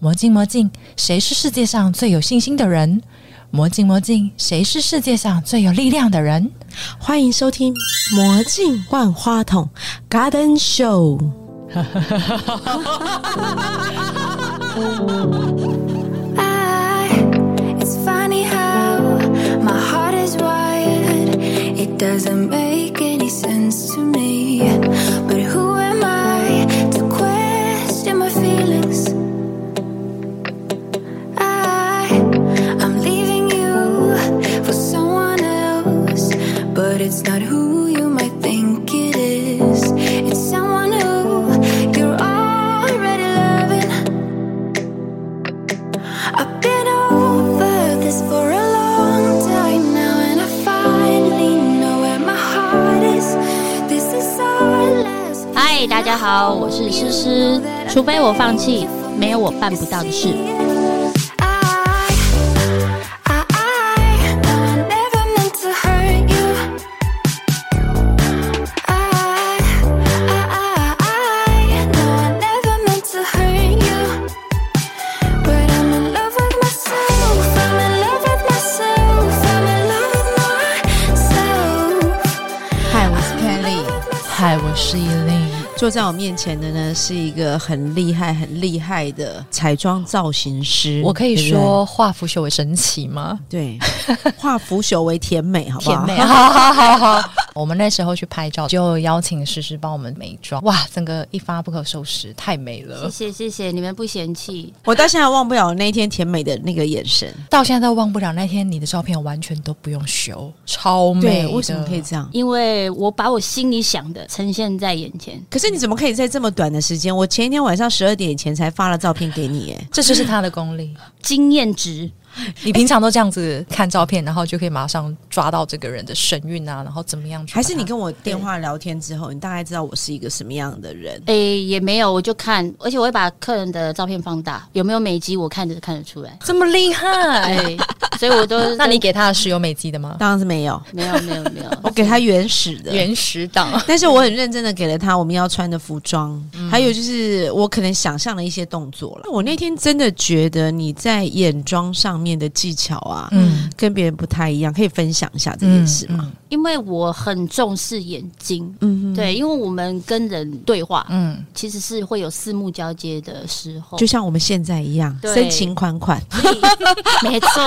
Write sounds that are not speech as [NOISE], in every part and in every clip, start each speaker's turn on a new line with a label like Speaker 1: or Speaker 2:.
Speaker 1: 魔镜魔镜，谁是世界上最有信心的人？魔镜魔镜，谁是世界上最有力量的人？
Speaker 2: 欢迎收听《魔镜万花筒》Garden Show。
Speaker 3: I, it's funny how my heart is wired. It doesn't make any sense to me. But who am I to question my feelings? I, I'm leaving you for someone else, but it's not who you might think it is. It's someone who you're already loving. I've been over this for a long time now, and I finally know where my heart is. This is our last.
Speaker 4: 嗨，大家好，我是诗诗。除非我放弃，没有我办不到的事。
Speaker 3: I, I, I never meant to hurt you. I, I, I, I never meant to hurt you. But I'm in love with myself. I'm in love with myself. I'm in love with myself.
Speaker 2: 嗨，我是 Kelly。
Speaker 1: 嗨，我是依琳。
Speaker 2: 坐在我面前的呢是一个很厉害、很厉害的彩妆造型师。
Speaker 1: 我可以
Speaker 2: 对不对
Speaker 1: 说化腐朽为神奇吗？
Speaker 2: 对，
Speaker 4: [LAUGHS]
Speaker 2: 化腐朽为甜美，好不
Speaker 1: 甜
Speaker 2: 好？
Speaker 1: 美，
Speaker 2: [LAUGHS]
Speaker 1: 好好好好。我们那时候去拍照，就邀请诗诗帮我们美妆，哇，整个一发不可收拾，太美了，
Speaker 4: 谢谢谢谢，你们不嫌弃，
Speaker 2: 我到现在忘不了那一天甜美的那个眼神。
Speaker 1: 到现在都忘不了那天你的照片，完全都不用修，超美
Speaker 2: 对，
Speaker 1: 的。
Speaker 2: 为什么可以这样？
Speaker 4: 因为我把我心里想的呈现在眼前。
Speaker 2: 可是你怎么可以在这么短的时间？我前一天晚上十二点以前才发了照片给你，哎，
Speaker 1: 这就是他的功力。
Speaker 4: 经验值，
Speaker 1: 你平常都这样子看照片，然后就可以马上抓到这个人的神韵啊，然后怎么样去把
Speaker 2: 还
Speaker 1: 它？
Speaker 2: 是你跟我电话聊天之后，你大概知道我是一个什么样的人？
Speaker 4: 诶、也没有，我就看，而且我会把客人的照片放大，有没有美肌，我看着看得出来。
Speaker 1: 这么厉害？
Speaker 4: 哎，所以我都
Speaker 1: [LAUGHS] 那你给他的是有美肌的吗？
Speaker 2: 当然是没有，
Speaker 4: 没有没有没有，
Speaker 2: 我给他原始
Speaker 1: [LAUGHS]
Speaker 2: 的。
Speaker 1: 原始档
Speaker 2: 但是我很认真的给了他我们要穿的服装，还有就是我可能想象的一些动作了。我那天真的觉得你在眼妆上面的技巧啊，
Speaker 1: 嗯
Speaker 2: 跟别人不太一样，可以分享一下这件事吗？
Speaker 4: 因为我很重视眼睛，
Speaker 2: 嗯，
Speaker 4: 对，因为我们跟人对话，
Speaker 1: 嗯，
Speaker 4: 其实是会有四目交接的时候，
Speaker 2: 就像我们现在一样，
Speaker 4: 嗯对嗯
Speaker 2: 深情款款。
Speaker 1: [LAUGHS]
Speaker 4: 没错，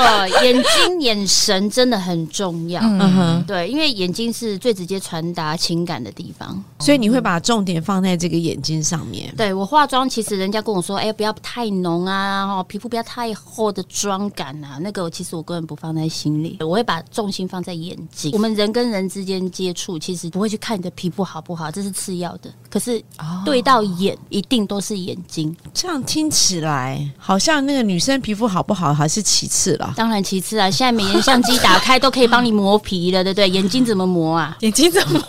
Speaker 4: 眼睛、眼神真的很重要。
Speaker 2: 嗯哼，
Speaker 4: 对，因为眼睛是最直接传达情感的地方。
Speaker 2: 所以你会把重点放在这个眼睛上面。
Speaker 4: 对我化妆，其实人家跟我说，哎、不要太浓啊，哦，皮肤不要太厚的妆感啊，那个我其实我根本不放在心里，我会把重心放在眼睛。我们人跟人之间接触，其实不会去看你的皮肤好不好，这是次要的。可是
Speaker 1: 哦
Speaker 4: 对到眼，一定都是眼睛。
Speaker 2: 这样听起来好像那个女生皮肤好不好还是其次了。
Speaker 4: 当然，其次啊，现在美颜相机打开都可以帮你磨皮了，对不 [LAUGHS] 对？眼睛怎么磨啊？
Speaker 1: 眼睛怎么？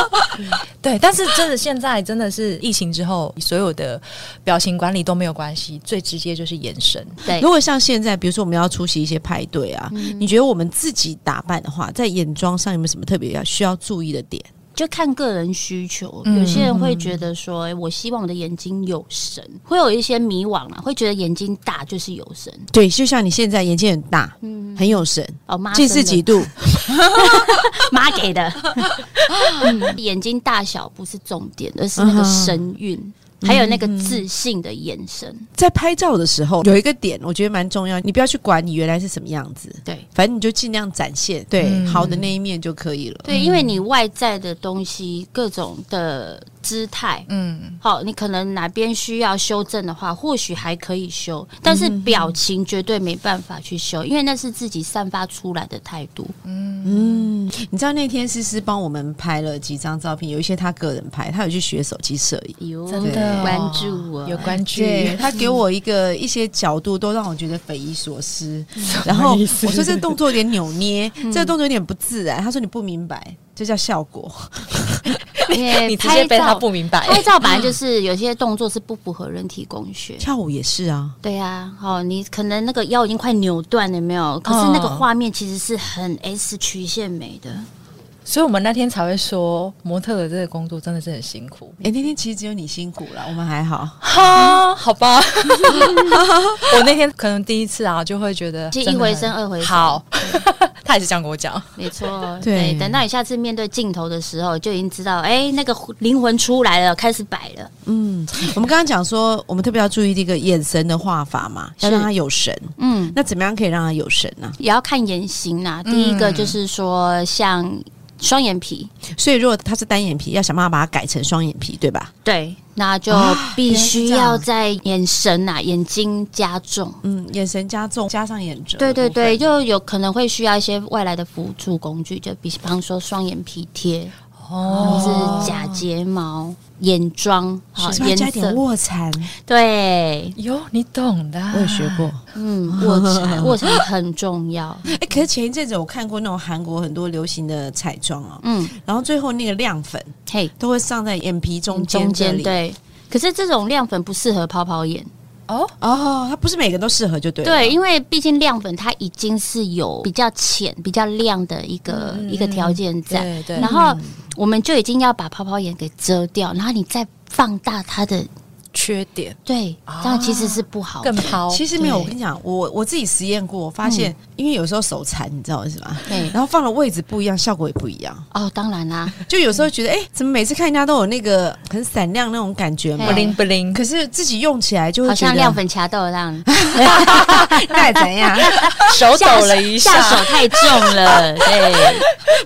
Speaker 1: [LAUGHS] 对，但是真的现在真的是疫情之后，所有的表情管理都没有关系，最直接就是眼神。
Speaker 4: 对
Speaker 2: 如，果像现在，比如说我们要出席一些派对啊，你觉得我们自己打扮的话，在眼妆上有没有什么特别要需要注意的点？
Speaker 4: 就看个人需求，
Speaker 1: 嗯
Speaker 4: 有些人会觉得说，诶我希望我的眼睛有神，会有一些迷惘啊，会觉得眼睛大就是有神
Speaker 2: 对，就像你现在眼睛很大，很有神，
Speaker 4: 哦，妈
Speaker 2: 近
Speaker 4: 生
Speaker 2: 视
Speaker 4: 的
Speaker 2: 几度？
Speaker 4: 妈给的、嗯 [LAUGHS] 眼睛大小不是重点，而是那个神韵。
Speaker 1: 嗯
Speaker 4: 还有那个自信的眼神，
Speaker 2: [LAUGHS] 在拍照的时候有一个点，我觉得蛮重要，你不要去管你原来是什么样子，
Speaker 4: 对
Speaker 2: 反正你就尽量展现对、
Speaker 1: 嗯
Speaker 2: 好的那一面就可以了。
Speaker 4: 对，因为你外在的东西，各种的姿态，
Speaker 1: 嗯，
Speaker 4: 好，你可能哪边需要修正的话，或许还可以修，但是表情绝对没办法去
Speaker 1: 嗯
Speaker 4: 修，因为那是自己散发出来的态度。
Speaker 2: 嗯，你知道那天思思帮我们拍了几张照片，有一些她个人拍，她有去学手机摄影。
Speaker 4: 有
Speaker 1: 真的
Speaker 4: 关注我，
Speaker 1: 哎有关注。
Speaker 2: 对她给我一个一些角度，都让我觉得匪夷所思。然后我说这动作有点扭捏，这个动作有点不自然。她说你不明白，这叫效果。
Speaker 4: 因为
Speaker 1: [LAUGHS] 你直接被
Speaker 4: 拍
Speaker 1: 他
Speaker 4: 照
Speaker 1: 不明白，
Speaker 4: 拍照本来就是有些动作是不符合人体工学。
Speaker 2: 跳舞也是啊，
Speaker 4: 对呀、啊，哦，你可能那个腰已经快扭断了，有没有？可是那个
Speaker 1: 嗯
Speaker 4: 画面其实是很 S 曲线美的，
Speaker 1: 所以我们那天才会说，模特的这个工作真的是很辛苦。
Speaker 2: 哎、那天其实只有你辛苦了，我们还好。
Speaker 1: 哈，好吧， [LAUGHS] 我那天可能第一次啊，就会觉得
Speaker 4: 其实
Speaker 1: 真
Speaker 4: 一
Speaker 1: 的很
Speaker 4: 回生二回熟
Speaker 1: 好， [LAUGHS] 他也是这样跟我讲。
Speaker 4: 没 [LAUGHS] 错，
Speaker 2: 对
Speaker 4: 对。等到你下次面对镜头的时候，就已经知道，哎、那个灵魂出来了，开始摆了。
Speaker 2: 嗯，我们刚刚讲说，我们特别要注意这个眼神的画法嘛，要
Speaker 4: 是
Speaker 2: 让他有神。
Speaker 4: 嗯，
Speaker 2: 那怎么样可以让他有神呢、
Speaker 4: 也要看言行啦。第一个就是说，像双眼皮，
Speaker 2: 所以如果他是单眼皮，要想办法把它改成双眼皮，对吧？
Speaker 4: 对，那就
Speaker 2: 啊
Speaker 4: 必须
Speaker 2: 原来是这
Speaker 4: 要
Speaker 2: 样
Speaker 4: 在眼神啊、眼睛加重。
Speaker 2: 嗯，眼神加重，加上眼褶。
Speaker 4: 对对对，，就有可能会需要一些外来的辅助工具，就比方说双眼皮贴，或
Speaker 1: 哦，
Speaker 4: 是假睫毛、眼妆、好
Speaker 2: 是不是要
Speaker 4: 颜
Speaker 2: 加一点
Speaker 4: 色。
Speaker 2: 卧蚕？
Speaker 4: 对，
Speaker 1: 哟，你懂的啊，
Speaker 2: 我也学过。
Speaker 4: 嗯，卧 [LAUGHS] 蚕卧蚕很重要。
Speaker 2: 哎、可是前一阵子我看过那种韩国很多流行的彩妆哦，
Speaker 4: 嗯，
Speaker 2: 然后最后那个亮粉
Speaker 4: 嘿，
Speaker 2: 都会上在眼皮中间
Speaker 4: 嗯中
Speaker 2: 这
Speaker 4: 间
Speaker 2: 里。
Speaker 4: 对。可是这种亮粉不适合泡泡眼，
Speaker 1: 哦，
Speaker 2: 哦，它不是每个都适合就对了。啊
Speaker 4: 对，因为毕竟亮粉它已经是有比较浅、比较亮的一个、
Speaker 1: 嗯
Speaker 4: 一个条件在，
Speaker 1: 对对
Speaker 4: 然，后我们就已经要把泡泡眼给遮掉，然后你再放大它的，
Speaker 1: 缺点
Speaker 4: 对，这哦样其实是不好的
Speaker 1: 更。抛，
Speaker 2: 其实没有，
Speaker 4: 对嗯
Speaker 2: 我跟你讲，我我自己实验过，我发现、因为有时候手残，你知道是吧？
Speaker 4: 对
Speaker 2: 然后放的位置不一样，效果也不一样。
Speaker 4: 哦，当然啦，
Speaker 2: 就有时候觉得，哎、怎么每次看人家都有那个很闪亮那种感觉嘛
Speaker 1: 不？灵不灵，
Speaker 2: 可是自己用起来就会
Speaker 4: 好
Speaker 2: 觉得
Speaker 4: 像亮，粉掐豆那样，
Speaker 2: [LAUGHS] 那也怎样？ [LAUGHS]
Speaker 1: 手抖了一下呃
Speaker 4: 下，手太重了，对，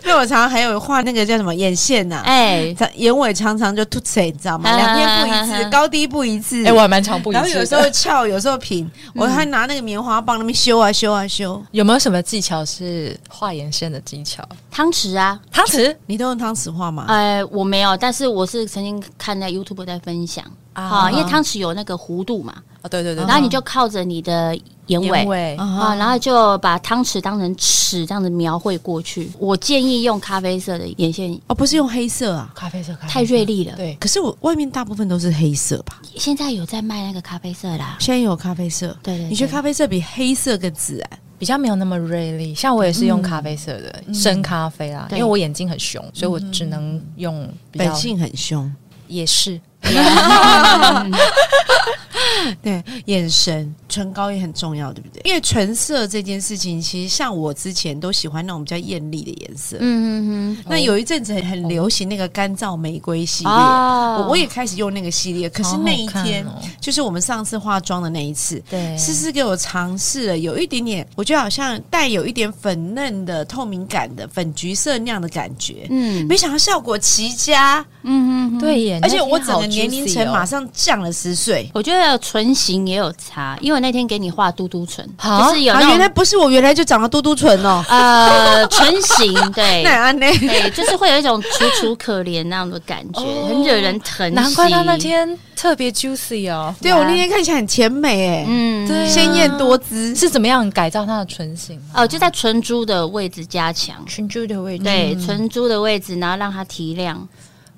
Speaker 2: 因为我常常还有画那个叫什么眼线啊呐、
Speaker 4: 哎，
Speaker 2: 常眼尾常常就凸起来，你知道吗？
Speaker 4: 啊
Speaker 2: 两边不
Speaker 4: 啊
Speaker 2: 一
Speaker 4: 啊
Speaker 2: 致，高低不一致。
Speaker 1: 哎，我还蛮常不一致
Speaker 2: 嗯然
Speaker 1: 的。
Speaker 2: 后有时候翘，有时候平，
Speaker 4: 嗯
Speaker 2: 我还拿那个棉花棒那边修啊修啊修。
Speaker 1: 有没有什么技巧是画眼线的技巧？
Speaker 4: 汤匙啊，
Speaker 1: 汤匙
Speaker 2: 你都用汤匙画吗？
Speaker 4: 呃，我没有，但是我是曾经看在 YouTube 在分享啊，因为汤匙有那个弧度嘛，
Speaker 1: 哦，对对对，哦
Speaker 4: 然后你就靠着你的眼尾
Speaker 1: 眼。尾
Speaker 2: 嗯啊
Speaker 4: 啊，
Speaker 2: 哈
Speaker 4: 然后就把汤匙当成尺这样子描绘过去。我建议用咖啡色的眼线，
Speaker 2: 哦，不是用黑色啊。
Speaker 1: 咖啡色，咖啡色
Speaker 4: 太锐利了。，
Speaker 1: 对，
Speaker 2: 可是我外面大部分都是黑色吧？
Speaker 4: 现在有在卖那个咖啡色啦。
Speaker 2: 现在有咖啡色，
Speaker 4: 对对对
Speaker 2: 你觉得咖啡色比黑色更自然？
Speaker 1: 比较没有那么锐利。像我也是用咖啡色的、深咖啡啦，因为
Speaker 4: 对
Speaker 1: 我眼睛很凶，所以我只能用比较
Speaker 2: 本性很凶，
Speaker 1: 也是。
Speaker 2: [LAUGHS] 对，眼神、唇膏也很重要，对不对？因为唇色这件事情，其实像我之前都喜欢那种比较艳丽的颜色。
Speaker 4: 嗯嗯
Speaker 2: 那有一阵子很很流行那个干燥玫瑰系
Speaker 4: 嗯，
Speaker 2: 列，
Speaker 4: 哦
Speaker 2: 我我也开始用那个系列。可是那一天，
Speaker 1: 好好看哦
Speaker 2: 就是我们上次化妆的那一次，
Speaker 1: 对，
Speaker 2: 思思给我尝试了，有一点点，我觉得好像带有一点粉嫩的透明感的粉橘色那样的感觉。
Speaker 4: 嗯
Speaker 2: 没想到效果奇佳，
Speaker 4: 嗯嗯，嗯。
Speaker 1: 对耶，
Speaker 2: 而且
Speaker 1: 那天
Speaker 2: 我整
Speaker 1: 好
Speaker 2: 个年龄
Speaker 1: juicy
Speaker 2: 层
Speaker 1: 哦
Speaker 2: 马上降了十岁。
Speaker 4: 我觉得唇形也有差，因为我那天给你画嘟嘟唇，
Speaker 1: 啊
Speaker 4: 哦就是有
Speaker 2: 啊，
Speaker 4: 那
Speaker 2: 原来
Speaker 4: 种
Speaker 2: 不是我原来就长了嘟嘟唇哦，
Speaker 4: 呃唇形，对
Speaker 2: [LAUGHS] 那安呢？
Speaker 4: 对，啊就是会有一种楚楚可怜那样的感觉，
Speaker 1: 哦
Speaker 4: 很惹人疼惜。
Speaker 1: 难怪他那天特别 juicy 哦。
Speaker 2: 对我那天看起来很甜美哎，
Speaker 4: 嗯
Speaker 1: 对啊
Speaker 2: 鲜艳多姿。
Speaker 1: 是怎么样改造他的唇形？
Speaker 4: 哦，就在唇珠的位置加强，
Speaker 1: 唇珠的位置
Speaker 4: 对，唇珠的位置，然后让它提亮，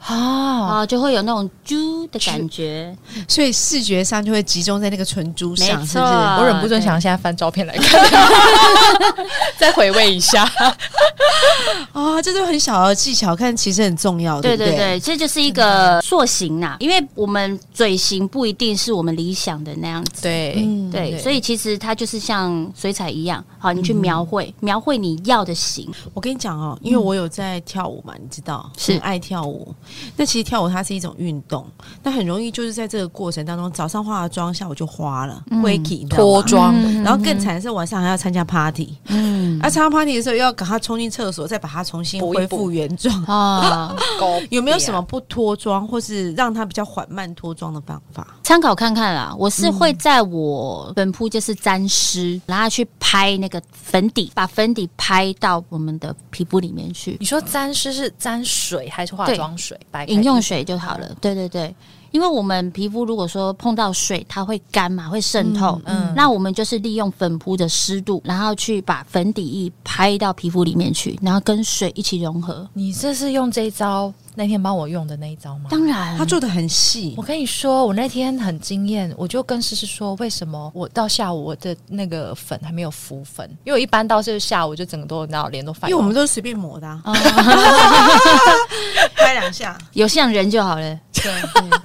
Speaker 1: 啊，
Speaker 4: 哦，就会有那种珠的感觉。
Speaker 2: 所以视觉上就会集中在那个唇珠上，
Speaker 4: 没
Speaker 2: 是
Speaker 4: 错
Speaker 2: 不是？
Speaker 1: 我忍不住
Speaker 4: 对
Speaker 1: 想现在翻照片来看， [LAUGHS] 再回味一下。
Speaker 2: 啊，这都很小的技巧，看其实很重要，
Speaker 4: 对
Speaker 2: 不
Speaker 4: 对对，这就是一个塑形呐、因为我们嘴型不一定是我们理想的那样子。
Speaker 1: 对，
Speaker 2: 嗯
Speaker 4: 对，
Speaker 1: 对嗯
Speaker 4: 所以其实它就是像水彩一样，好，你去描绘、描绘你要的型，
Speaker 2: 我跟你讲哦，因为
Speaker 1: 嗯
Speaker 2: 我有在跳舞嘛，你知道，
Speaker 4: 是
Speaker 2: 很爱跳舞。那其实跳舞它是一种运动，那很容易就是在这个过程当中，早上化了妆，下午就花了，会、嗯、你知道吗嗯
Speaker 1: 脱。妆，嗯
Speaker 2: 然后更惨的是晚上还要参加 party，
Speaker 4: 嗯
Speaker 2: 那、参加 party 的时候又要赶快冲进厕所，再把它重新
Speaker 1: 补一补啊
Speaker 2: 恢复
Speaker 1: [LAUGHS]
Speaker 2: 原状。
Speaker 4: 啊，
Speaker 2: 有没有什么不脱妆，或是让它比较缓慢脱妆的方法？
Speaker 4: 参考看看啦。我是
Speaker 1: 嗯
Speaker 4: 会在我本铺就是沾湿，然后去拍那个粉底，把粉底拍到我们的皮肤里面去，
Speaker 1: 你说沾湿是沾水还是化妆水？白开嗯
Speaker 4: 饮用水就好了。对对对，因为我们皮肤如果说碰到水，它会干嘛，会渗透。
Speaker 1: 嗯嗯
Speaker 4: 那我们就是利用粉扑的湿度，然后去把粉底液拍到皮肤里面去，然后跟水一起融合。
Speaker 1: 你这是用这一招，那天帮我用的那一招吗？
Speaker 4: 当然，
Speaker 2: 他做的很
Speaker 1: 嗯
Speaker 2: 细
Speaker 1: 我，跟你说，我那天很惊艳，我就跟诗诗说，为什么我到下午我的那个粉还没有浮粉？因为我一般到这下午就整个都然后脸都
Speaker 2: 因
Speaker 1: 泛
Speaker 2: 为我
Speaker 1: 红
Speaker 2: 们都是随便抹的、啊，
Speaker 4: 哦
Speaker 2: [LAUGHS] 拍两下。
Speaker 4: 有像人就好了。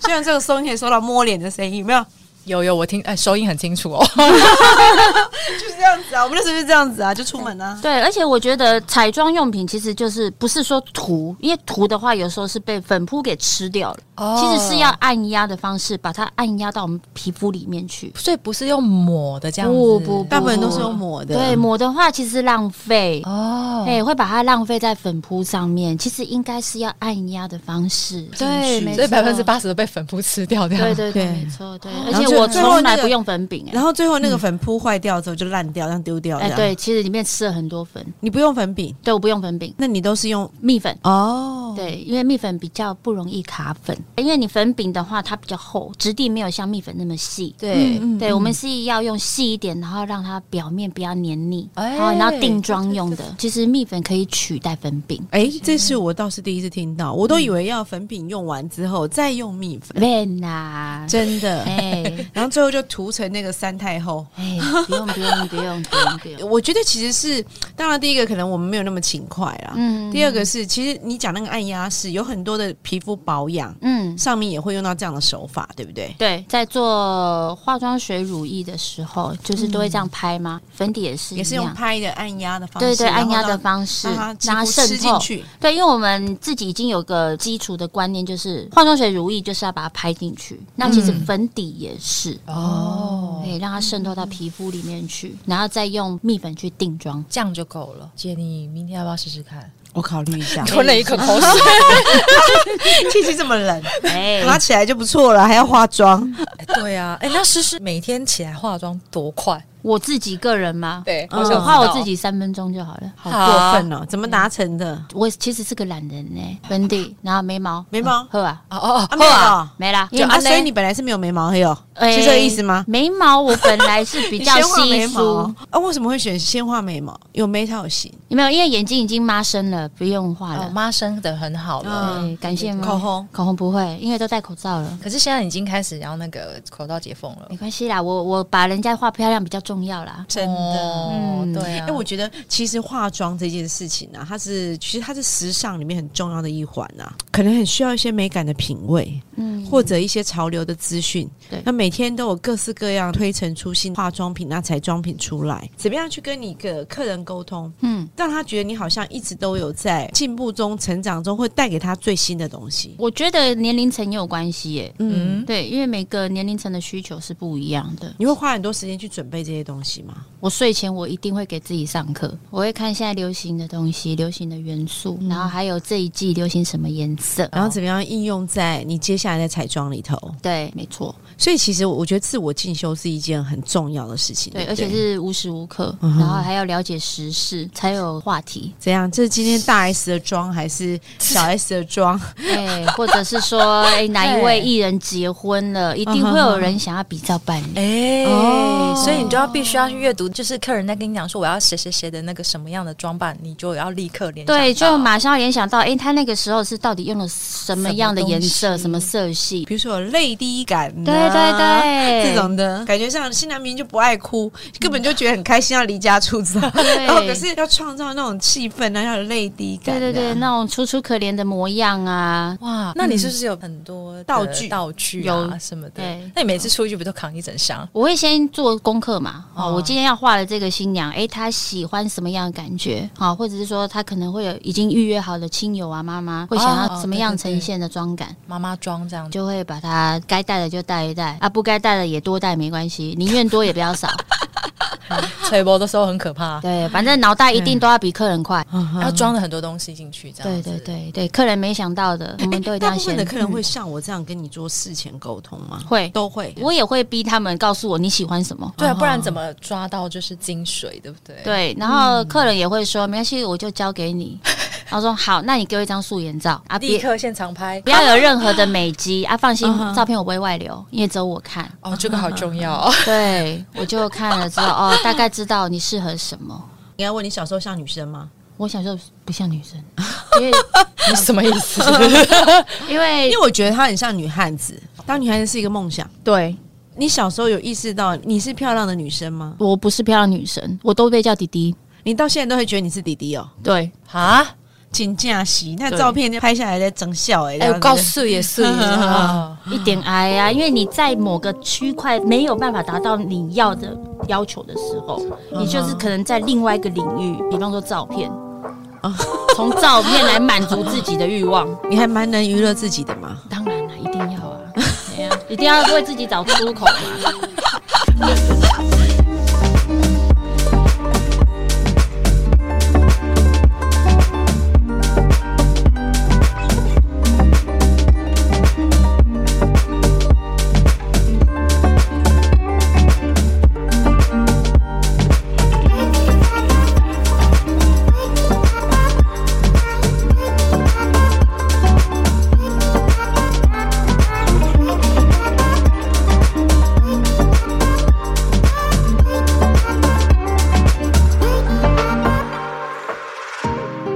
Speaker 2: 虽然这个时候你也收到摸脸的声音，有没有？
Speaker 1: 有有我听哎收音很清楚哦，
Speaker 2: 就是这样子啊，我们那时候就这样子啊，就出门啊。
Speaker 4: 对，而且我觉得彩妆用品其实就是不是说涂，因为涂的话有时候是被粉扑给吃掉了，其实是要按压的方式把它按压到我们皮肤里面去。
Speaker 1: [LAUGHS] 所以不是用抹的这样子，
Speaker 4: 不不不
Speaker 2: 大部分都是用抹的，
Speaker 4: 对，抹的话其实浪费。
Speaker 1: 哦，
Speaker 4: 哎、会把它浪费在粉扑上面，其实应该是要按压的方式。对，没
Speaker 1: 所以
Speaker 4: 错
Speaker 1: 百分之。八十都被粉扑吃掉掉。
Speaker 4: 对对对，
Speaker 2: 对
Speaker 4: 没错对。而
Speaker 2: 然后
Speaker 4: 且
Speaker 2: 就
Speaker 4: 我
Speaker 2: 最后
Speaker 4: 从
Speaker 2: 那
Speaker 4: 来
Speaker 2: 个
Speaker 4: 不用粉饼、哎
Speaker 2: 嗯然后最后那个粉扑坏掉之后就烂掉，这样丢掉。
Speaker 4: 哎、
Speaker 2: 这样
Speaker 4: 对，，其实里面吃了很多粉。
Speaker 2: 你不用粉饼，
Speaker 4: 对，我不用粉饼，
Speaker 2: 那你都是用
Speaker 4: 蜜粉。
Speaker 2: 哦，
Speaker 4: 对，因为蜜粉比较不容易卡粉，因为你粉饼的话，它比较厚，质地没有像蜜粉那么细。
Speaker 1: 对
Speaker 2: 嗯
Speaker 4: 对，我们是要用细一点，然后让它表面不要黏腻，
Speaker 1: 哎
Speaker 4: 然后然后定妆用的。其实蜜粉可以取代粉饼，
Speaker 2: 哎，这是我倒是第一次听到，我都以为要粉饼用完之后再用蜜粉，
Speaker 4: 面啦，
Speaker 2: [LAUGHS] 真的。
Speaker 4: 哎
Speaker 2: 然后最后就涂成那个三太后。 [LAUGHS]
Speaker 4: 哎，不用不用不用不用不用，
Speaker 2: 我觉得其实是，当然第一个可能我们没有那么勤快啦，
Speaker 4: 嗯
Speaker 2: 第二个是，其实你讲那个按压式，有很多的皮肤保养
Speaker 4: 嗯。
Speaker 2: 上面也会用到这样的手法，对不对？
Speaker 4: 对，在做化妆水乳液的时候，就是都会这样拍吗？粉底也是一
Speaker 2: 嗯也是用
Speaker 4: 样，
Speaker 2: 拍的按压的方式，
Speaker 4: 对对，
Speaker 2: 然
Speaker 4: 按
Speaker 2: 后
Speaker 4: 压的
Speaker 2: 让
Speaker 4: 方式，
Speaker 2: 让
Speaker 4: 让它
Speaker 2: 它几乎
Speaker 4: 渗
Speaker 2: 吃进
Speaker 4: 透。
Speaker 2: 去。
Speaker 4: 对，因为我们自己已经有个基础的观念，就是化妆水如意就是要把它拍进去。那其实粉底也是，
Speaker 1: 哦，
Speaker 4: 可以让它渗透到皮肤里面去，然后再用蜜粉去定妆。
Speaker 1: 这样就够了。姐，你明天要不要试试看？
Speaker 2: 我考虑一
Speaker 4: [LAUGHS]
Speaker 2: 下，
Speaker 1: 吞了一口口水，
Speaker 2: 天气这么
Speaker 4: [LAUGHS]
Speaker 2: 冷，
Speaker 4: 哎、
Speaker 2: 拿起来就不错了，还要化
Speaker 4: [LAUGHS]
Speaker 2: 妆。
Speaker 1: 哎 [LAUGHS] 对啊，哎，那诗诗每天起来化妆多快？嗯
Speaker 4: 我自己个人嘛，嗯
Speaker 1: 对
Speaker 4: 我
Speaker 1: 想
Speaker 4: 画
Speaker 1: 知
Speaker 4: 我
Speaker 1: 道
Speaker 4: 自己三分钟就好了。
Speaker 2: 好
Speaker 1: 好
Speaker 2: 过分哦！怎么达成的？
Speaker 4: 我其实是个懒人呢、粉底，然后眉毛，
Speaker 2: 眉毛
Speaker 4: 呵啊，
Speaker 1: 哦哦，
Speaker 2: 啊，没有啊，
Speaker 4: 没啦，
Speaker 2: 就
Speaker 4: 因为
Speaker 2: 啊，
Speaker 4: 这
Speaker 2: 所
Speaker 4: 样
Speaker 2: 以你本来是没有眉毛，嘿哦，
Speaker 4: 哎
Speaker 2: 是这个意思吗？
Speaker 4: 眉毛我本来是
Speaker 2: [LAUGHS]
Speaker 4: 比较
Speaker 2: 你先画
Speaker 4: 稀
Speaker 2: 眉毛
Speaker 4: 疏，
Speaker 2: 啊？为什么会选先画眉毛？有眉才有型，
Speaker 4: 有没有？因为眼睛已经抹深了，不用画
Speaker 1: 哦
Speaker 4: 了。
Speaker 1: 妈生的很好了。
Speaker 2: 嗯
Speaker 4: 对，感谢吗？
Speaker 2: 口红
Speaker 4: 口红不会，因为都戴口罩了。
Speaker 1: 可是现在已经开始要那个口罩解封了
Speaker 4: 没，关系啦，我我把人家画漂亮比较重要啦。
Speaker 2: 真
Speaker 1: 哦
Speaker 4: 嗯
Speaker 1: 对
Speaker 2: 哎、
Speaker 1: 啊。
Speaker 2: 我觉得其实化妆这件事情啊，它是其实它是时尚里面很重要的一环啊，可能很需要一些美感的品味，
Speaker 4: 嗯，
Speaker 2: 或者一些潮流的资讯。
Speaker 4: 对
Speaker 2: 那每天都有各式各样推陈出新化妆品、那彩妆品出来，怎么样去跟你的客人沟通，
Speaker 4: 嗯，
Speaker 2: 让他觉得你好像一直都有在进步中、成长中，会带给他最新的东西。
Speaker 4: 我觉得年龄层也有关系耶。
Speaker 2: 嗯，
Speaker 1: 嗯，
Speaker 4: 对，因为每个年龄层的需求是不一样的。
Speaker 2: 你会花很多时间去准备这些东西吗？
Speaker 4: 我睡前我一定会给自己上课，我会看现在流行的东西、流行的元素，然后还有这一季流行什么颜色。
Speaker 2: 然后怎么样应用在你接下来的彩妆里头？
Speaker 4: 对，没错，
Speaker 2: 所以其实我觉得自我进修是一件很重要的事情，
Speaker 4: 对，
Speaker 2: 对不
Speaker 4: 而
Speaker 2: 对，
Speaker 4: 且是无时无刻，
Speaker 2: 嗯哼，
Speaker 4: 然后还要了解时事，才有话题
Speaker 2: 怎样？这是今天大 S 的妆还是小 S 的
Speaker 4: [LAUGHS]
Speaker 2: 妆？
Speaker 4: 哎，或者是说，哎，哪一位艺人结婚了，一
Speaker 1: 嗯
Speaker 4: 定会有人想要比较伴侣。
Speaker 1: 哎、
Speaker 2: 哦
Speaker 1: 所以你就要必须要去阅读，就是客人在跟你讲说我要谁谁谁的那个什么样的装扮，你就要立刻联想到。
Speaker 4: 对，就马上联想到，哎、他那个时候是到底用了什么样的颜
Speaker 1: 什么
Speaker 4: 色、
Speaker 1: 东
Speaker 4: 什
Speaker 1: 西
Speaker 4: 么色系？
Speaker 2: 比如说有泪滴感、啊，
Speaker 4: 对对对，
Speaker 2: 这种的哎感觉上，新娘明明就不爱哭，根本就觉得很开心要离家出走，
Speaker 4: 嗯
Speaker 1: 哦
Speaker 2: 然后可是要创造那种气氛啊呢，要有泪滴感、
Speaker 4: 对对对，。那种楚楚可怜的模样啊，
Speaker 1: 哇，那你是不是有很多的
Speaker 2: 道具
Speaker 1: 道具啊
Speaker 4: 有
Speaker 1: 什么的
Speaker 4: 对？
Speaker 1: 那你每次出去不都扛一整箱？
Speaker 4: 我会先做功课嘛，哦，
Speaker 1: 哦
Speaker 4: 我今天要画了这个新娘，诶，她喜欢什么样的感觉？好、或者是说她可能会有已经预约好的亲友啊，妈妈会想
Speaker 1: 哦
Speaker 4: 要
Speaker 1: 哦
Speaker 4: 怎么
Speaker 1: 对
Speaker 4: 样
Speaker 1: 对对
Speaker 4: 呈现的妆感，
Speaker 1: 妈妈装这样子，
Speaker 4: 就会把它该带的就带一带，啊，不该带的也多带没关系，宁愿多也不
Speaker 2: [LAUGHS]
Speaker 4: 要少。
Speaker 1: 吹波的时候很可怕，
Speaker 4: 对，反正脑袋一定都要比客人快。
Speaker 2: 嗯
Speaker 1: 要装了很多东西进去，这
Speaker 4: 对
Speaker 1: 样子。
Speaker 4: 对对对，客人没想到的，我们都一
Speaker 2: 哎大
Speaker 4: 定要
Speaker 2: 部
Speaker 4: 先。
Speaker 2: 分的客人会
Speaker 4: 嗯
Speaker 2: 像我这样跟你做事前沟通吗？
Speaker 4: 会
Speaker 2: 都会。
Speaker 4: 我也会逼他们告诉我你喜欢什么。
Speaker 1: 对啊，不然怎么抓到就是精髓，对不对？啊
Speaker 2: [LAUGHS]
Speaker 4: 对，然后客人也会说没关系，我就交给你。然后说好，那你给我一张素颜照啊，
Speaker 1: 立
Speaker 4: 别
Speaker 1: 刻现场拍
Speaker 4: 不。要有任何的美肌啊，放心
Speaker 2: 嗯哼，
Speaker 4: 照片我不会外流，因为只有我看。
Speaker 1: 哦，这个好重要 [LAUGHS] 哦。
Speaker 4: 对，我就看了之后，哦，大概知道你适合什么。
Speaker 2: 你要问你小时候像女生吗？
Speaker 4: 我小时候不像
Speaker 2: [LAUGHS]
Speaker 4: 女生，因为
Speaker 1: 你什么意思？
Speaker 4: 因为
Speaker 2: 因为我觉得她很像女汉子，当女孩子是一个梦想。
Speaker 4: 对
Speaker 2: 你小时候有意识到你是漂亮的女生吗？
Speaker 4: 我不是漂亮女生，我都被叫弟弟。
Speaker 2: 你到现在都会觉得你是弟弟哦，
Speaker 4: 对，
Speaker 1: [LAUGHS] 啊？
Speaker 2: 请假席那
Speaker 4: 对
Speaker 2: 照片就拍下来在整笑哎、
Speaker 1: 哎，
Speaker 2: 这
Speaker 1: 我
Speaker 2: 样子
Speaker 1: 告诉也是啊，
Speaker 4: 一点矮啊，因为你在某个区块没有办法达到你要的要求的时候，你就是可能在另外一个领域，比方说照片，从照片来满足自己的欲望。
Speaker 2: 你还蛮能娱乐自己的嘛。
Speaker 4: 当然啦，一定要啊，对呀、一定要为自己找出口嘛。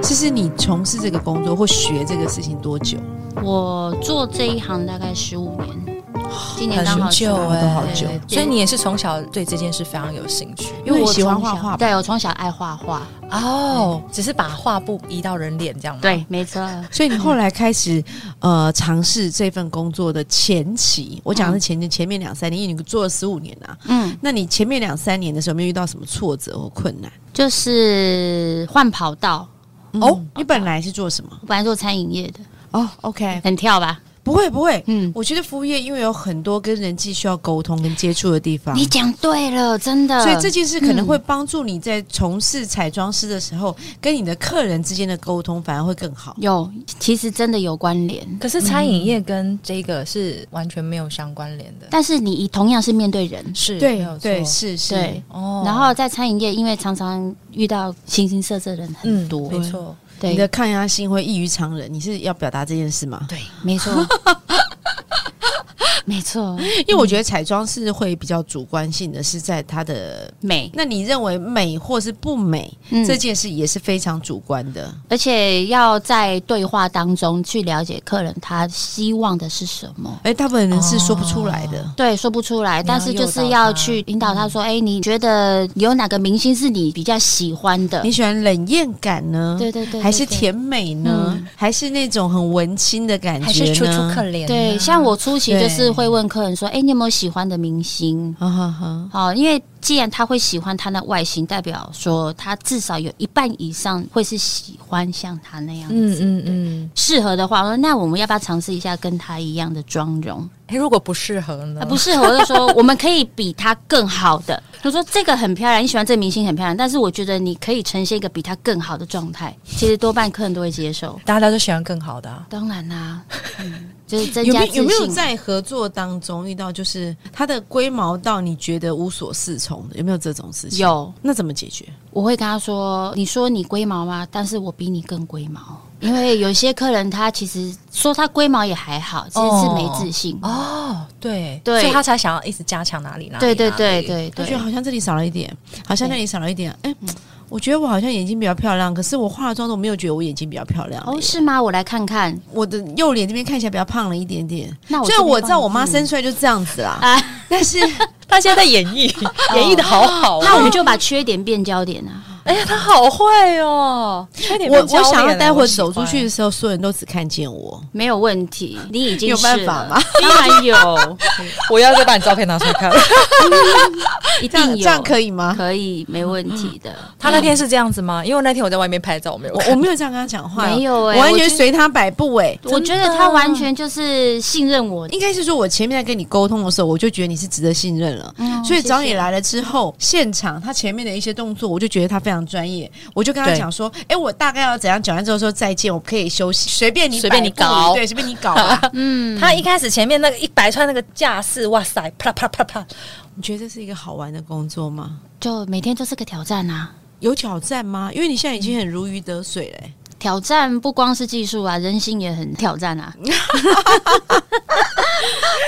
Speaker 2: 其实你从事这个工作或学这个事情多久？
Speaker 4: 我做这一行大概十五年，今年刚好
Speaker 1: 很久
Speaker 4: 15
Speaker 1: 哎，
Speaker 2: 都好久
Speaker 4: 对
Speaker 1: 所以你也是从小对这件事非常有兴趣
Speaker 2: 因为
Speaker 4: 我
Speaker 2: 你喜欢
Speaker 4: 从小
Speaker 2: 画画吧
Speaker 4: 对我从小爱画画，
Speaker 1: 哦，只是把画布移到人脸这样吗？
Speaker 4: 对，没错。
Speaker 2: 所以你后来开始呃尝试这份工作的前期，我讲的是前前前面两三年，因为你做了十五年啊。
Speaker 4: 嗯，
Speaker 2: 那你前面两三年的时候，有没有遇到什么挫折或困难？
Speaker 4: 就是换跑道，
Speaker 2: 哦，你本来是做什么？
Speaker 4: 我本来做餐饮业的，
Speaker 2: 哦，OK，
Speaker 4: 很跳吧？
Speaker 2: 不会不会，
Speaker 4: 嗯，
Speaker 2: 我觉得服务业因为有很多跟人际需要沟通跟接触的地方，
Speaker 4: 你讲对了，真的。
Speaker 2: 所以这件事可能会帮助你在从事彩妆师的时候，跟你的客人之间的沟通反而会更好。
Speaker 4: 有，其实真的有关联，
Speaker 1: 可是餐饮业跟这个是完全没有相关联的，
Speaker 4: 但是你以同样是面对人，
Speaker 1: 是没有错
Speaker 2: 对，是是。
Speaker 4: 对。
Speaker 1: 哦
Speaker 4: 然后在餐饮业，因为常常遇到形形色色的人很多，
Speaker 1: 嗯没错，
Speaker 2: 嗯你
Speaker 4: 对
Speaker 2: 的抗压性会异于常人，你是要表达这件事吗？
Speaker 4: 对，没
Speaker 2: [LAUGHS]
Speaker 4: 错，没错，
Speaker 2: 因为我觉得彩妆是会比较主观性的，是在它的。
Speaker 4: 美，
Speaker 2: 那你认为美或是不美、
Speaker 4: 嗯
Speaker 2: 这件事也是非常主观的。
Speaker 4: 而且要在对话当中去了解客人他希望的是什么。
Speaker 2: 哎，大部分人是说不出来的。
Speaker 4: 对，说不出来，
Speaker 1: 你要
Speaker 4: 但是就
Speaker 1: 诱
Speaker 4: 是
Speaker 1: 导
Speaker 4: 要
Speaker 1: 他
Speaker 4: 去引导他
Speaker 2: 嗯
Speaker 4: 说：“哎、你觉得有哪个明星是你比较喜欢的
Speaker 2: 你喜欢冷艳感呢？？”
Speaker 4: 对对对对
Speaker 2: 还是
Speaker 4: 对
Speaker 2: 甜美呢？
Speaker 4: 嗯
Speaker 2: 还是那种很文青的感觉呢？
Speaker 1: 还是楚楚可怜啊。
Speaker 4: 对，像我初期
Speaker 2: 对
Speaker 4: 就是会问客人说：“哎、你有没有喜欢的明星
Speaker 2: 哈啊哈哈？”。
Speaker 4: 好，因为既然他会喜欢他的外形，代表说他至少有一半以上会是喜欢像他那样
Speaker 1: 嗯
Speaker 4: 子。
Speaker 1: 嗯嗯，
Speaker 4: 适合的话，我说那我们要不要尝试一下跟他一样的妆容？
Speaker 1: 哎，如果不适合呢
Speaker 4: 啊，？不适合，我就说我们可以比他更好的。我说这个很漂亮，你喜欢这个明星很漂亮，但是我觉得你可以呈现一个比他更好的状态。其实多半客人都会接受。
Speaker 1: 大家都喜欢更好的啊。
Speaker 4: 当然啦、嗯，就是增
Speaker 2: 有
Speaker 4: 加
Speaker 2: 没
Speaker 4: 自
Speaker 2: 有
Speaker 4: 信
Speaker 2: 有
Speaker 4: 嘛。
Speaker 2: 没有在合作当中遇到就是它的龟毛到你觉得无所适从的？有没有这种事情？，
Speaker 4: 有，
Speaker 2: 那怎么解决？
Speaker 4: 我会跟他说：“你说你龟毛吗？但是我比你更龟毛。”因为有些客人他其实说他龟毛也还好，其实是没自信。
Speaker 1: 哦，对
Speaker 4: 对
Speaker 1: 所以他才想要一直加强哪里哪里。
Speaker 4: 对对
Speaker 1: 哪
Speaker 4: 对
Speaker 1: 里，
Speaker 4: 对
Speaker 2: 我觉得，
Speaker 4: 对
Speaker 2: 好像这里少了一点，好像那里少了一点。哎、我觉得我好像眼睛比较漂亮，可是我化了妆的我没有觉得我眼睛比较漂亮、
Speaker 4: 哦，是吗？我来看看。
Speaker 2: 我的右脸这边看起来比较胖了一点点。
Speaker 4: 那我
Speaker 2: 虽然
Speaker 4: 这边
Speaker 2: 我
Speaker 4: 帮
Speaker 2: 知道
Speaker 4: 你
Speaker 2: 我妈
Speaker 4: 注意
Speaker 2: 生出来就这样子啦，
Speaker 4: 啊
Speaker 2: 但是
Speaker 1: 他现在在演 [LAUGHS] 绎，演绎的好好哦。
Speaker 4: 那我们就把缺点变焦点啊！
Speaker 1: 哎呀，他好会哦！差
Speaker 4: [LAUGHS]
Speaker 1: 点
Speaker 2: 我
Speaker 1: 变焦
Speaker 2: 我
Speaker 1: 脸
Speaker 2: 想要
Speaker 1: 了
Speaker 2: 待会
Speaker 1: 我
Speaker 2: 儿
Speaker 1: 喜
Speaker 2: 走出
Speaker 1: 欢
Speaker 2: 去的时候，所有人都只看见
Speaker 4: [LAUGHS]
Speaker 2: 我。
Speaker 4: 没有问题，你已经
Speaker 2: 有办
Speaker 4: 是
Speaker 2: 法
Speaker 4: 了
Speaker 2: 吗？
Speaker 4: 当然
Speaker 2: [LAUGHS]
Speaker 4: 有，
Speaker 1: 我要再把你照片拿出来看。
Speaker 4: 一
Speaker 2: 这样
Speaker 4: 定有，
Speaker 2: 这样可以吗？嗯
Speaker 4: 可以，没问题的。
Speaker 1: [LAUGHS] 他那天是这样子吗？因为那天我在外面拍照，我没有
Speaker 2: 我
Speaker 1: 看
Speaker 2: 我没有这样跟他讲话，
Speaker 4: 没有
Speaker 2: 我
Speaker 4: 欸
Speaker 2: 完全
Speaker 4: 我觉得
Speaker 2: 随他摆布哎、
Speaker 4: 我觉得他完全就是信任我，
Speaker 2: 应该是说，我前面在跟你沟通的时候，我就觉得你是值得信任了。
Speaker 4: 嗯
Speaker 2: 所以找你
Speaker 4: 谢谢
Speaker 2: 来了之后，现场他前面的一些动作，我就觉得他非常专业。我就跟他
Speaker 1: 对
Speaker 2: 讲说：“哎、我大概要怎样？讲完之后说再见，我可以休息，随便你
Speaker 1: 随便你
Speaker 2: 摆布
Speaker 1: 搞
Speaker 2: 对，随便你搞啊吧。
Speaker 4: 嗯，
Speaker 1: 他一开始前面那个一摆穿那个架势，哇塞，啪啪啪啪，”
Speaker 2: 你觉得这是一个好玩的工作吗？
Speaker 4: 就每天都是个挑战啊。
Speaker 2: 有挑战吗？因为你现在已经很如鱼得水嘞、欸
Speaker 4: 挑战不光是技术啊，人性也很挑战
Speaker 2: [LAUGHS]
Speaker 4: 啊。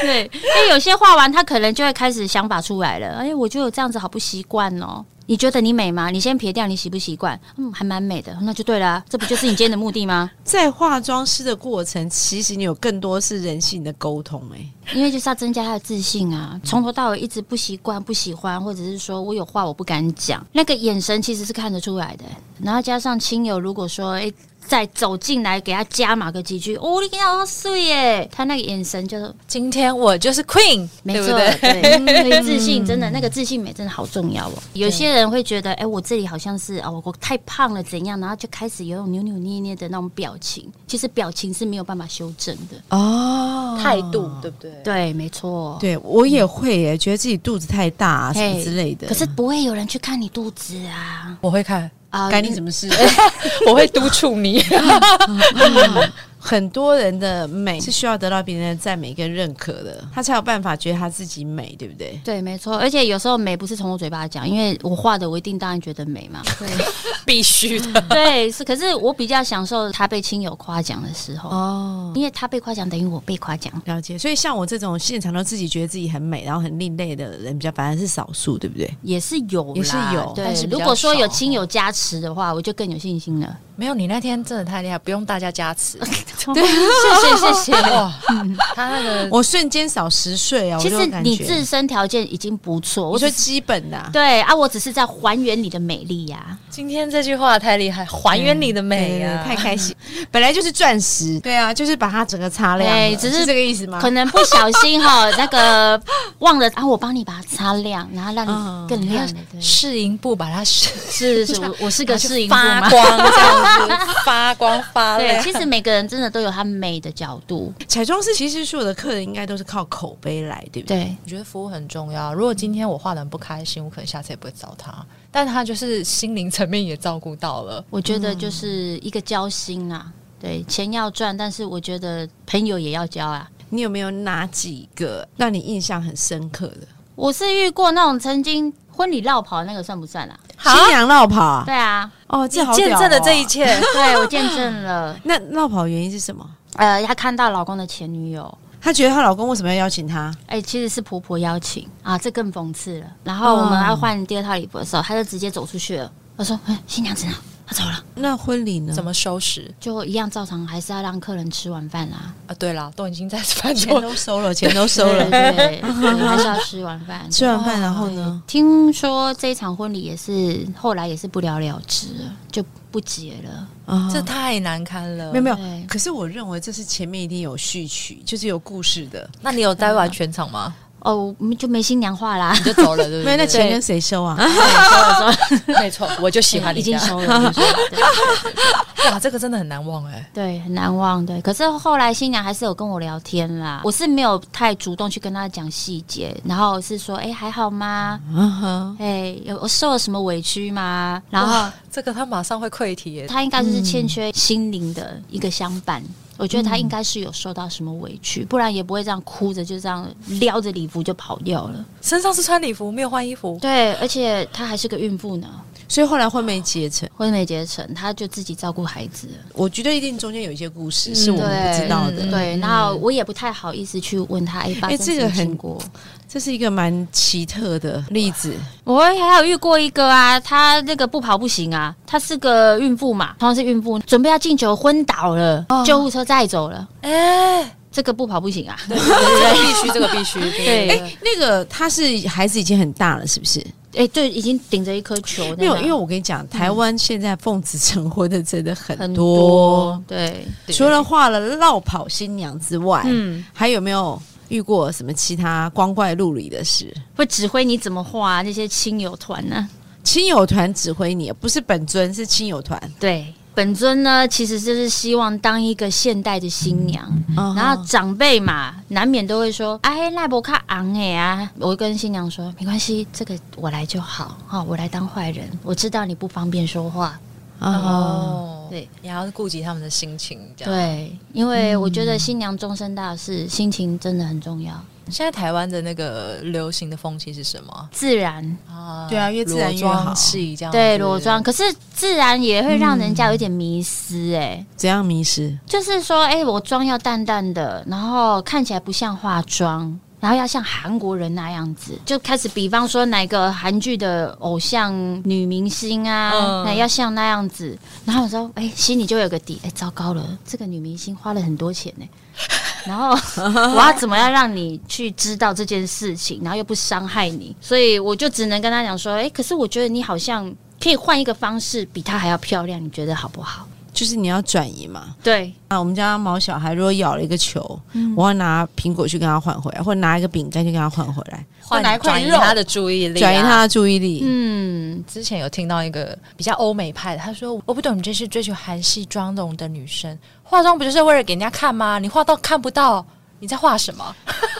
Speaker 4: 对，因为有些画完，他可能就会开始想法出来了。哎，我觉得我这样子好不习惯哦。你觉得你美吗？你先撇掉你习不习惯，嗯，还蛮美的，那就对啦、啊这不就是你今天的目的吗？
Speaker 2: 在化妆师的过程，其实你有更多是人性的沟通、欸，
Speaker 4: 因为就是要增加他的自信
Speaker 1: 嗯
Speaker 4: 啊，从头到尾一直不习惯、不喜欢，或者是说我有话我不敢讲，那个眼神其实是看得出来的。然后加上亲友，如果说诶再走进来给他加码个几句，哦，你给他好碎耶，他那个眼神就是
Speaker 1: 今天我就是 Queen，
Speaker 4: 没
Speaker 1: 对
Speaker 4: 错，
Speaker 1: 不对？ [LAUGHS]
Speaker 4: 嗯所以自信真的那个自信美真的好重要哦。有些人会觉得，哎、我这里好像是哦，我太胖了怎样，然后就开始有种扭扭捏捏的那种表情，其实表情是没有办法修正的。
Speaker 2: 哦，
Speaker 1: 态度对不对？
Speaker 4: 对，没错。
Speaker 2: 对我也会耶、觉得自己肚子太大、啊、什么
Speaker 4: 嘿
Speaker 2: 之类的。
Speaker 4: 可是不会有人去看你肚子啊
Speaker 1: 我会看，
Speaker 4: 啊！
Speaker 2: 该你什么事？
Speaker 1: [LAUGHS] 我会督促 [LAUGHS] 你。
Speaker 2: [LAUGHS] 很多人的美是需要得到别人的赞美跟认可的，他才有办法觉得他自己美，对不对？
Speaker 4: 对，没错，而且有时候美不是从我嘴巴讲，因为我画的我一定当然觉得美嘛。 [LAUGHS]
Speaker 1: 必须的。
Speaker 4: 对，是，可是我比较享受他被亲友夸奖的时候，
Speaker 2: 哦，
Speaker 4: 因为他被夸奖等于我被夸奖。
Speaker 2: 了解。所以像我这种现场都自己觉得自己很美，然后很另类的人，比较反而是少数，对不对？
Speaker 4: 也是有啦，
Speaker 2: 也是有但是比
Speaker 4: 对。
Speaker 2: 较
Speaker 4: 如果说
Speaker 2: 少
Speaker 4: 有亲友加持的话，我就更有信心了。
Speaker 1: 没有，你那天真的太厉害，不用大家加 [LAUGHS] 持。
Speaker 4: 对，
Speaker 2: 哦
Speaker 4: 谢谢谢
Speaker 2: [LAUGHS]
Speaker 4: 谢。
Speaker 1: 哇，他那个
Speaker 2: 我瞬间少十岁啊！
Speaker 4: 其
Speaker 2: 我
Speaker 4: 实
Speaker 2: 就感
Speaker 4: 你
Speaker 2: 觉
Speaker 4: 自身条件已经不错，
Speaker 2: 我
Speaker 4: 我
Speaker 2: 说
Speaker 4: 说
Speaker 2: 基本的、啊，
Speaker 4: 对啊，我只是在还原你的美丽呀、
Speaker 1: 今天这句话太厉害，还原你的美
Speaker 2: 对
Speaker 1: 呀、
Speaker 2: 太开心！本来就是钻石，对啊，就是把它整个擦亮了，
Speaker 4: 对只是
Speaker 2: 这个意思吗？
Speaker 4: 可能不小心哈，那个 [LAUGHS] 忘了啊，我帮你把它擦亮，然后让你更亮的。对，
Speaker 1: 试音部把它试
Speaker 4: 是是，我我是个适应部
Speaker 1: 发
Speaker 4: 嘛。
Speaker 1: 光这样 [LAUGHS] 子，发光发
Speaker 4: 对，
Speaker 1: 亮。
Speaker 4: 其实每个人真的都有他美的角度。
Speaker 2: 彩妆师其实所有的客人应该都是靠口碑来，对不对？
Speaker 4: 对，
Speaker 1: 我觉得服务很重要。如果今天我画的很不开心，我可能下次也不会找他。但他就是心灵层面也照顾到了，
Speaker 4: 我觉得就是一个交心啦、对，钱要赚，但是我觉得朋友也要交啊。
Speaker 2: 你有没有哪几个让你印象很深刻的？
Speaker 4: 我是遇过那种曾经婚礼绕跑那个算不算啊？
Speaker 2: 新娘绕跑啊？
Speaker 4: 对啊，
Speaker 2: 哦，这好
Speaker 1: 见
Speaker 2: 屌
Speaker 1: 证了
Speaker 2: 哦
Speaker 1: 这一。切。
Speaker 4: 对我见证了。
Speaker 2: 那绕跑原因是什么？
Speaker 4: 呃，她看到老公的前女友，
Speaker 2: 她觉得她老公为什么要邀请她？
Speaker 4: 哎、其实是婆婆邀请啊，这更讽刺了。然后我们要换第二套礼服的时候，她就直接走出去了。我说：“哎、新娘子呢？她走了。
Speaker 2: 那婚礼呢？
Speaker 1: 怎
Speaker 2: 么？
Speaker 1: 么收拾”
Speaker 4: 就一样照常，还是要让客人吃晚饭啦。
Speaker 1: 啊？对啦，都已经在饭
Speaker 2: 钱
Speaker 1: 桌，
Speaker 2: 都收了，钱都收
Speaker 4: 对
Speaker 2: 了。 [LAUGHS]
Speaker 4: 对对，还是要吃晚饭。
Speaker 2: 吃完饭然后呢？
Speaker 4: 听说这一场婚礼也是后来也是不了了之了，就不结了。
Speaker 2: 啊
Speaker 1: 这太难堪了。
Speaker 2: 没有没有
Speaker 4: 对。
Speaker 2: 可是我认为这是前面一定有序曲，就是有故事的。
Speaker 1: 那你有待完全场吗？
Speaker 4: 哦，我们就没新娘话啦。
Speaker 1: 你就走了，对不
Speaker 2: 没
Speaker 1: 对？
Speaker 2: 有， [LAUGHS]
Speaker 1: [LAUGHS]
Speaker 2: 那钱跟谁收啊？
Speaker 1: 没错，我就喜欢你
Speaker 4: 已经
Speaker 1: 家。
Speaker 4: 收了，已经收了对
Speaker 1: 哇，这个真的很难忘哎、
Speaker 4: 对，很难忘。对，可是后来新娘还是有跟我聊天啦，我是没有太主动去跟她讲细节，然后是说，哎、还好吗？
Speaker 2: 嗯哼
Speaker 4: 哎、有我受了什么委屈吗？然后
Speaker 1: 哇这个他马上会溃体耶。
Speaker 4: 她应该就是欠缺心灵的一个相伴。我觉得她应该是有受到什么委屈，不然也不会这样哭着就这样撩着礼服就跑掉了。
Speaker 1: 身上是穿礼服，没有换衣服，
Speaker 4: 对，而且她还是个孕妇呢，
Speaker 2: 所以后来婚没结成，
Speaker 4: 婚没结成，她就自己照顾孩子了。
Speaker 2: 我觉得一定中间有一些故事嗯是我们
Speaker 4: 对
Speaker 2: 不知道的。
Speaker 4: 对，然后我也不太好意思去问她，哎、发
Speaker 2: 哎
Speaker 4: 生
Speaker 2: 这
Speaker 4: 什
Speaker 2: 个
Speaker 4: 么
Speaker 2: 很
Speaker 4: 经过？
Speaker 2: 这是一个蛮奇特的例子。
Speaker 4: 我还有遇过一个啊，她那个不跑不行啊，她是个孕妇嘛，同样是孕妇，准备要进酒昏倒了，
Speaker 2: 哦
Speaker 4: 救护车载走了，
Speaker 1: 哎、
Speaker 4: 这个不跑
Speaker 2: [LAUGHS]
Speaker 4: 不行啊，
Speaker 1: 这个必须，这个必须，
Speaker 4: 对
Speaker 1: 对
Speaker 4: 哎
Speaker 2: 那个他是孩子已经很大了，是不是？
Speaker 4: 哎，对，已经顶着一颗球在那，
Speaker 2: 没有，因为我跟你讲，台湾现在奉子成婚的真的很
Speaker 4: 很
Speaker 2: 多
Speaker 4: 多，对，
Speaker 2: 除了画了绕跑新娘之外，
Speaker 4: 嗯，
Speaker 2: 还有没有遇过什么其他光怪陆离的事？
Speaker 4: 会指挥你怎么画那些亲友团啊呢、
Speaker 2: 亲友团指挥你，不是本尊，是亲友团。
Speaker 4: 对。本尊呢，其实就是希望当一个现代的新娘，
Speaker 2: 然
Speaker 4: 嗯然后长辈嘛，难免都会说：“哎，赖伯卡昂哎啊！”我会跟新娘说：“没关系，这个我来就好，哈、我来当坏人。我知道你不方便说话，
Speaker 2: 哦，
Speaker 1: 哦，
Speaker 4: 对
Speaker 1: 也要顾及他们的心情，这样
Speaker 4: 嗯对，因为我觉得新娘终身大事，心情真的很重要。
Speaker 1: 现在台湾的那个流行的风气是什么
Speaker 4: 自然，
Speaker 1: 啊？
Speaker 2: 对啊越自然
Speaker 1: 裸
Speaker 2: 越好
Speaker 1: 妆系这样
Speaker 4: 对
Speaker 1: 子
Speaker 4: 裸妆，，可是自然也会让人家有点迷失哎、
Speaker 2: 怎样迷失？
Speaker 4: 就是说，哎、我妆要淡淡的，然后看起来不像化妆。然后要像韩国人那样子，就开始，比方说哪个韩剧的偶像女明星啊
Speaker 1: 嗯，
Speaker 4: 那、要像那样子。然后我说，哎、心里就有个底，哎、糟糕了，这个女明星花了很多钱呢、然后我要怎么样让你去知道这件事情，然后又不伤害你？所以我就只能跟他讲说，哎、可是我觉得你好像可以换一个方式，比她还要漂亮，你觉得好不好？
Speaker 2: 就是你要转移嘛。
Speaker 4: 对，
Speaker 2: 啊，我们家毛小孩如果咬了一个球，
Speaker 4: 嗯
Speaker 2: 我要拿苹果去跟他换回来，或者拿一个饼干去跟他换回来，
Speaker 1: 换
Speaker 2: 哪一块
Speaker 1: 转移
Speaker 2: 肉
Speaker 1: 他的注意力、啊
Speaker 2: 转移他。的注意力。
Speaker 4: 啊嗯，
Speaker 1: 之前有听到一个比较欧美派的，他说：“我不懂你这些追求韩系妆容的女生，化妆不就是为了给人家看吗？你化到看不到，你在画什么？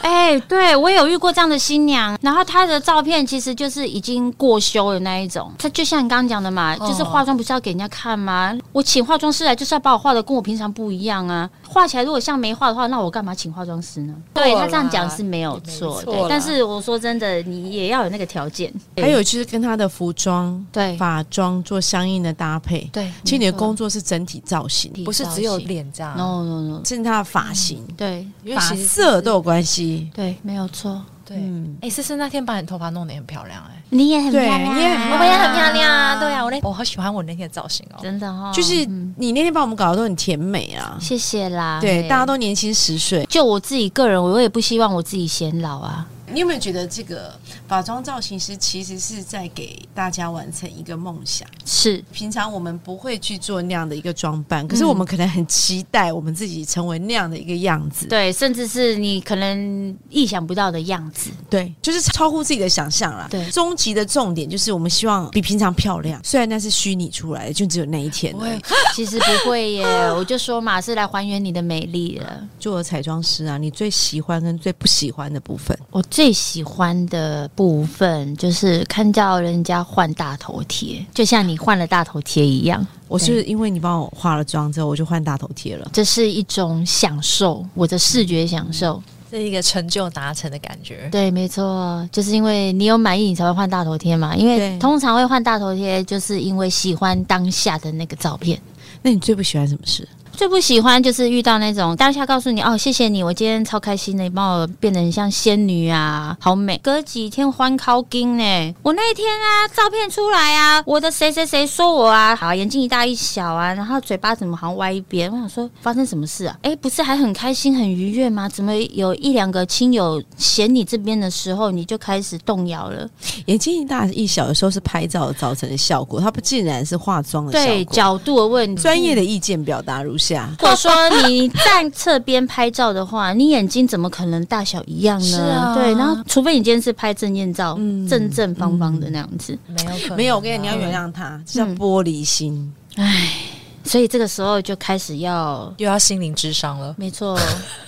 Speaker 4: 哎、对我有遇过这样的新娘，然后她的照片其实就是已经过修的那一种。她就像你刚刚讲的嘛，
Speaker 1: 哦
Speaker 4: 就是化妆不是要给人家看吗？我请化妆师来就是要把我画的跟我平常不一样啊。画起来如果像没画的话，那我干嘛请化妆师呢？
Speaker 1: 错
Speaker 4: 对她
Speaker 1: 啦
Speaker 4: 这样讲是没有错
Speaker 1: 没
Speaker 4: 的，
Speaker 1: 错
Speaker 4: 对
Speaker 1: 啦
Speaker 4: 但是我说真的，你也要有那个条件。
Speaker 2: 还有就是跟他的服装、
Speaker 4: 对
Speaker 2: 发妆做相应的搭配。
Speaker 4: 对，
Speaker 2: 其实你的工
Speaker 4: 工
Speaker 2: 作是整体造型，
Speaker 1: 不是只有脸这样。
Speaker 4: ，no no no，
Speaker 2: 甚至他的发型、
Speaker 4: 对
Speaker 1: 因为
Speaker 2: 嗯发
Speaker 1: 其实
Speaker 2: 色都有关系。
Speaker 4: 对，没有错。
Speaker 1: 对，哎、思思那天把你头发弄得也很漂亮、哎、
Speaker 4: 你也很漂
Speaker 2: 对
Speaker 4: 亮啊，
Speaker 2: 你也很
Speaker 1: 我也很漂亮啊，对啊，我那我好喜欢我那天的造型哦。
Speaker 4: 真的哈、哦，
Speaker 2: 就是
Speaker 4: 嗯
Speaker 2: 你那天把我们搞得都很甜美啊，
Speaker 4: 谢谢啦，
Speaker 2: 对，大家
Speaker 4: 都。
Speaker 2: 都年轻十岁。
Speaker 4: 就我自己个人，我也不希望我自己显老啊。
Speaker 2: 你有没有觉得这个法妆造型师其实是在给大家完成一个梦想？
Speaker 4: 是，
Speaker 2: 平常我们不会去做那样的一个装扮，可是我们可能很期待我们自己成为那样的一个样子。
Speaker 4: 对，甚至是你可能意想不到的样子。
Speaker 2: 对，就是超乎自己的想象啦。
Speaker 4: 对
Speaker 2: 终极的重点就是我们希望比平常漂亮，虽然那是虚拟出来的，就只有那一天而已。
Speaker 4: 其实不会耶，我就说嘛，是来还原你的美丽的。
Speaker 2: 做彩妆师啊，你最喜欢跟最不喜欢的部分，
Speaker 4: 我最喜欢的部分就是看到人家换大头贴，就像你换了大头贴一样，
Speaker 2: 我是因为你帮我化了妆之后，我就换大头贴了。
Speaker 4: 这是一种享受，我的视觉享受。
Speaker 1: 这是一个成就达成的感觉。
Speaker 4: 对，没错，就是因为你有满意，你才会换大头贴嘛。因为
Speaker 2: 对
Speaker 4: 通常会换大头贴，就是因为喜欢当下的那个照片。
Speaker 2: 那你最不喜欢什么事？
Speaker 4: 最不喜欢就是遇到那种当下告诉你哦，谢谢你，我今天超开心的，你帮我变得很像仙女啊，好美。隔几天欢考金呢，我那一天啊，照片出来啊，我的谁谁谁说我啊，好眼睛一大一小啊，然后嘴巴怎么好像歪一边？我想说发生什么事啊？哎，不是还很开心很愉悦吗？怎么有一两个亲友嫌你这边的时候，你就开始动摇了？
Speaker 2: 眼睛一大一小，有时候是拍照造成的效果，它不竟然是化妆的效
Speaker 4: 对，
Speaker 2: 果。
Speaker 4: 角度的问题，
Speaker 2: 专业的意见表达如
Speaker 4: [LAUGHS]
Speaker 2: 下：
Speaker 4: 如果说你站侧边拍照的话，你眼睛怎么可能大小一样呢？
Speaker 1: 是啊
Speaker 4: 对，然后除非你今天是拍证件照，正正方方的那样子，
Speaker 1: 没有可能啊
Speaker 2: 没有，我跟你讲，你要原谅他，这叫玻璃心。
Speaker 4: 所以这个时候就开始要，
Speaker 1: 又要心灵智商了。
Speaker 4: 没 [LAUGHS] 错。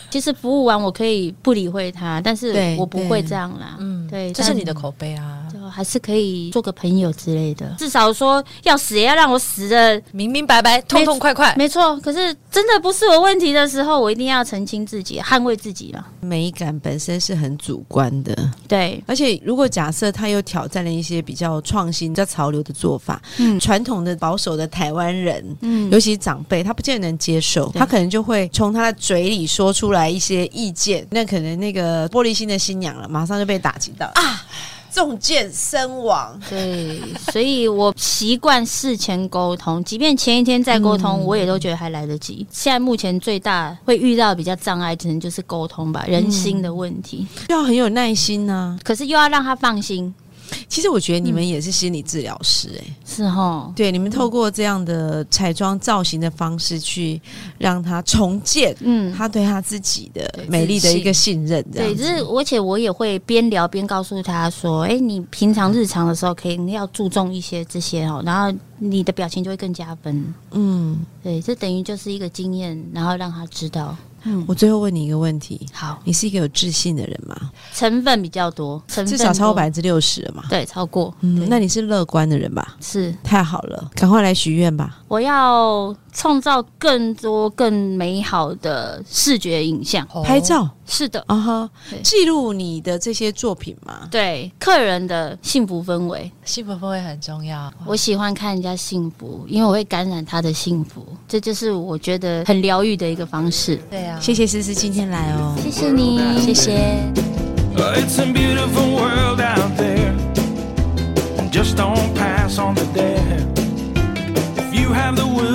Speaker 4: 其实服务完我可以不理会他，但是
Speaker 2: 对
Speaker 4: 我不会这样啦。嗯，对，
Speaker 1: 这是
Speaker 4: 但
Speaker 1: 你的口碑啊，
Speaker 4: 就还是可以做个朋友之类的，至少说要死也要让我死的，
Speaker 1: 明明白白，痛痛快快。
Speaker 4: 没错。可是真的不是我问题的时候，我一定要澄清自己，捍卫自己嘛。
Speaker 2: 美感本身是很主观的，
Speaker 4: 对，
Speaker 2: 而且如果假设他又挑战了一些比较创新、比较潮流的做法，
Speaker 4: 嗯
Speaker 2: 传统的保守的台湾人，
Speaker 4: 嗯
Speaker 2: 尤其长辈，他不见得能接受，
Speaker 4: 对
Speaker 2: 他可能就会从他的嘴里说出来一些意见，那可能那个玻璃心的新娘了，马上就被打击到啊，中箭身亡。
Speaker 4: 对，所以我习惯事前沟通，即便前一天再沟通，
Speaker 2: 嗯
Speaker 4: 我也都觉得还来得及。现在目前最大会遇到比较障碍，可能就是沟通吧，人心的问题。
Speaker 2: 要很有耐心呐、
Speaker 4: 可是又要让他放心，
Speaker 2: 其实我觉得你们也是心理治疗师嗯哎、
Speaker 4: 是哦，
Speaker 2: 嗯对，你们透过这样的彩妆造型的方式去让他重建
Speaker 4: 嗯。
Speaker 2: 他对他自己的美丽的一个信任，这
Speaker 4: 对，
Speaker 2: 样
Speaker 4: 就
Speaker 2: 子
Speaker 4: 是而且我也会边聊边告诉他说：“哎、你平常日常的时候可以你要注重一些这些哦，然后你的表情就会更加分。
Speaker 2: 嗯。”
Speaker 4: 对，这等于就是一个经验，然后让他知道，嗯，
Speaker 2: 我最后问你一个问题：
Speaker 4: 好，
Speaker 2: 你是一个有自信的人吗？
Speaker 4: 成分比较多，成分
Speaker 2: 至少超过
Speaker 4: 多
Speaker 2: 百分之六十了嘛。
Speaker 4: 对，超过，
Speaker 2: 嗯
Speaker 4: 对，
Speaker 2: 那你是乐观的人吧？
Speaker 4: 是
Speaker 2: 太好了，赶快来许愿吧！
Speaker 4: 我要创造更多更美好的视觉影像。
Speaker 1: 哦
Speaker 2: 拍照
Speaker 4: 是的，
Speaker 2: 啊哈
Speaker 4: 对，
Speaker 2: 记录你的这些作品吗？
Speaker 4: 对客人的幸福氛围，
Speaker 1: 幸福氛围很重要。
Speaker 4: 我喜欢看人家幸福，因为我会感染他的幸福，这就是我觉得很疗愈的一个方式。
Speaker 1: 对呀、啊，
Speaker 2: 谢谢思思今天来哦。
Speaker 4: 谢谢你，谢谢。
Speaker 5: Uh, It's a beautiful world out there. Just don't pass on the dare. If you have the will Oh,